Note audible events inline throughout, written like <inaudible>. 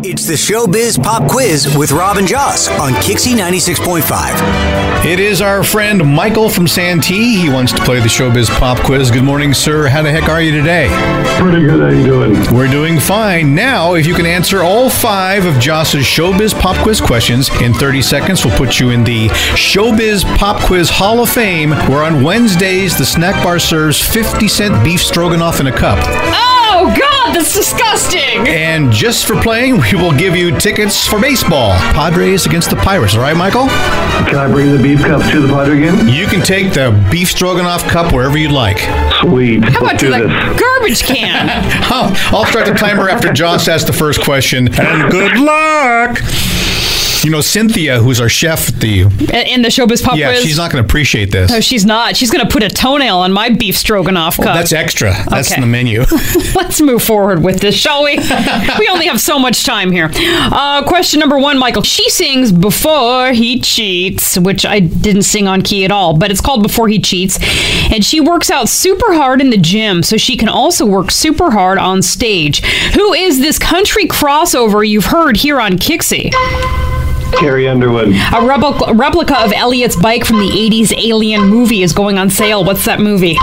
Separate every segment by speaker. Speaker 1: It's the Showbiz Pop Quiz with Robin Joss on Kixie 96.5.
Speaker 2: It is our friend Michael from Santee. He wants to play the Showbiz Pop Quiz. Good morning, sir. How the heck are you today?
Speaker 3: Pretty good. How you doing?
Speaker 2: We're doing fine. Now, if you can answer all five of Joss's Showbiz Pop Quiz questions in 30 seconds, we'll put you in the Showbiz Pop Quiz Hall of Fame, where on Wednesdays, the snack bar serves 50 cent beef stroganoff in a cup.
Speaker 4: Oh god, that's disgusting!
Speaker 2: And just for playing, <laughs> we will give you tickets for baseball. Padres against the Pirates. All right, Michael?
Speaker 3: Can I bring the beef cup to the pot again?
Speaker 2: You can take the beef stroganoff cup wherever you'd like.
Speaker 3: Sweet.
Speaker 4: How about
Speaker 3: Let's
Speaker 4: to
Speaker 3: do
Speaker 4: the
Speaker 3: this.
Speaker 4: garbage
Speaker 2: <laughs>
Speaker 4: can?
Speaker 2: Huh. I'll start the timer after Joss asks the first question. And good luck. You know, Cynthia, who's our chef at the.
Speaker 4: In the showbiz pop
Speaker 2: Yeah,
Speaker 4: quiz?
Speaker 2: she's not going to appreciate this.
Speaker 4: No, she's not. She's gonna put a toenail on my beef stroganoff cup.
Speaker 2: That's extra. That's in
Speaker 4: Okay.
Speaker 2: the menu.
Speaker 4: <laughs> Let's move forward with this,
Speaker 2: <laughs>
Speaker 4: shall we? we only have so much time here. Uh, question number one, Michael. She sings Before He Cheats, which I didn't sing on key at all, but it's called Before He Cheats. And she works out super hard in the gym, so she can also work super hard on stage. Who is this country crossover you've heard here on Kixie?
Speaker 3: Carrie Underwood. E
Speaker 4: A rebel, replica of Elliot's bike from the 80s Alien movie is going on sale. What's that movie?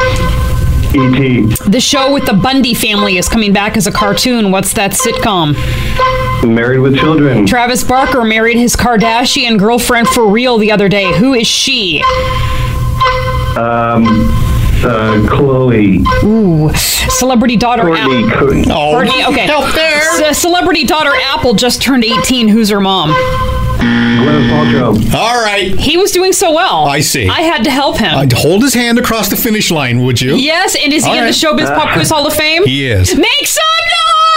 Speaker 3: E.T.
Speaker 4: The show with the Bundy family is coming back as a cartoon. What's that sitcom?
Speaker 3: Married with Children.
Speaker 4: Travis Barker married his Kardashian girlfriend for real the other day. Who is she?
Speaker 3: Um, uh, Chloe.
Speaker 4: Celebrity daughter
Speaker 3: Courtney. Oh.
Speaker 4: Apple.
Speaker 3: Courtney.
Speaker 4: Courtney, okay. Ce- celebrity daughter Apple just turned 18. Who's her mom?
Speaker 3: Gwyneth Paltrow.
Speaker 2: All right.
Speaker 4: He was doing so well.
Speaker 2: I see.
Speaker 4: I had to help him.
Speaker 2: I'd hold his hand across the finish line, would you?
Speaker 4: yes, and is he
Speaker 2: All
Speaker 4: in
Speaker 2: right.
Speaker 4: the Showbiz Pop Quiz Hall of Fame?
Speaker 2: He is.
Speaker 4: Make some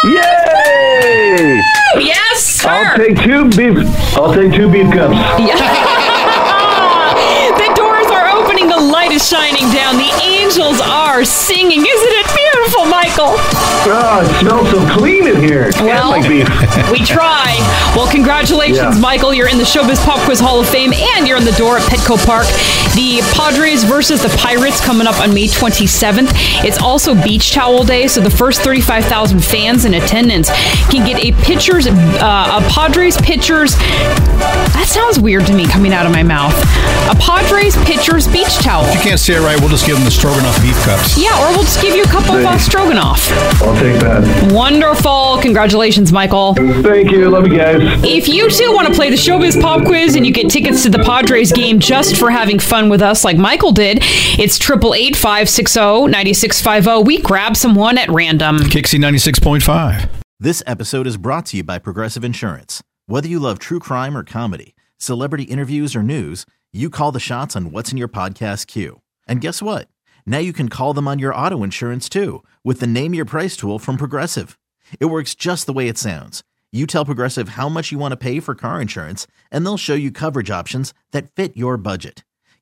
Speaker 4: noise!
Speaker 3: Yay!
Speaker 4: Yes, sir!
Speaker 3: I'll take two beef. I'll take two beef cups.
Speaker 4: <laughs> the doors are opening, the light is shining down, the angels are singing. Isn't it beautiful, Michael?
Speaker 3: Oh, it smells so clean in here. Smells
Speaker 4: Well-
Speaker 3: like beef.
Speaker 4: We try. Well, congratulations,
Speaker 3: Yeah.
Speaker 4: Michael. You're in the Showbiz Pop Quiz Hall of Fame, and you're in the door at Petco Park. The Padres versus the Pirates coming up on May 27th. It's also Beach Towel Day, so the first 35,000 fans in attendance can get a pitchers, uh, a Padres pitchers. That sounds weird to me coming out of my mouth. A Padres pitchers beach towel.
Speaker 2: You can't say it right. We'll just give him the stroganoff beef cups.
Speaker 4: Yeah, or we'll just give you a couple of uh, stroganoff.
Speaker 3: I'll take that.
Speaker 4: Wonderful. Congratulations, Michael.
Speaker 3: Thank you. Love you guys.
Speaker 4: If you too want to play the Showbiz Pop Quiz and you get tickets to the Padres game just for having fun with us, like Michael did, it's 888 560 9650. oh. We grab someone at random.
Speaker 2: Kixie 96.5.
Speaker 5: This episode is brought to you by Progressive Insurance. Whether you love true crime or comedy, celebrity interviews or news, you call the shots on what's in your podcast queue. And guess what? Now you can call them on your auto insurance too with the Name Your Price tool from Progressive. It works just the way it sounds. You tell Progressive how much you want to pay for car insurance, and they'll show you coverage options that fit your budget.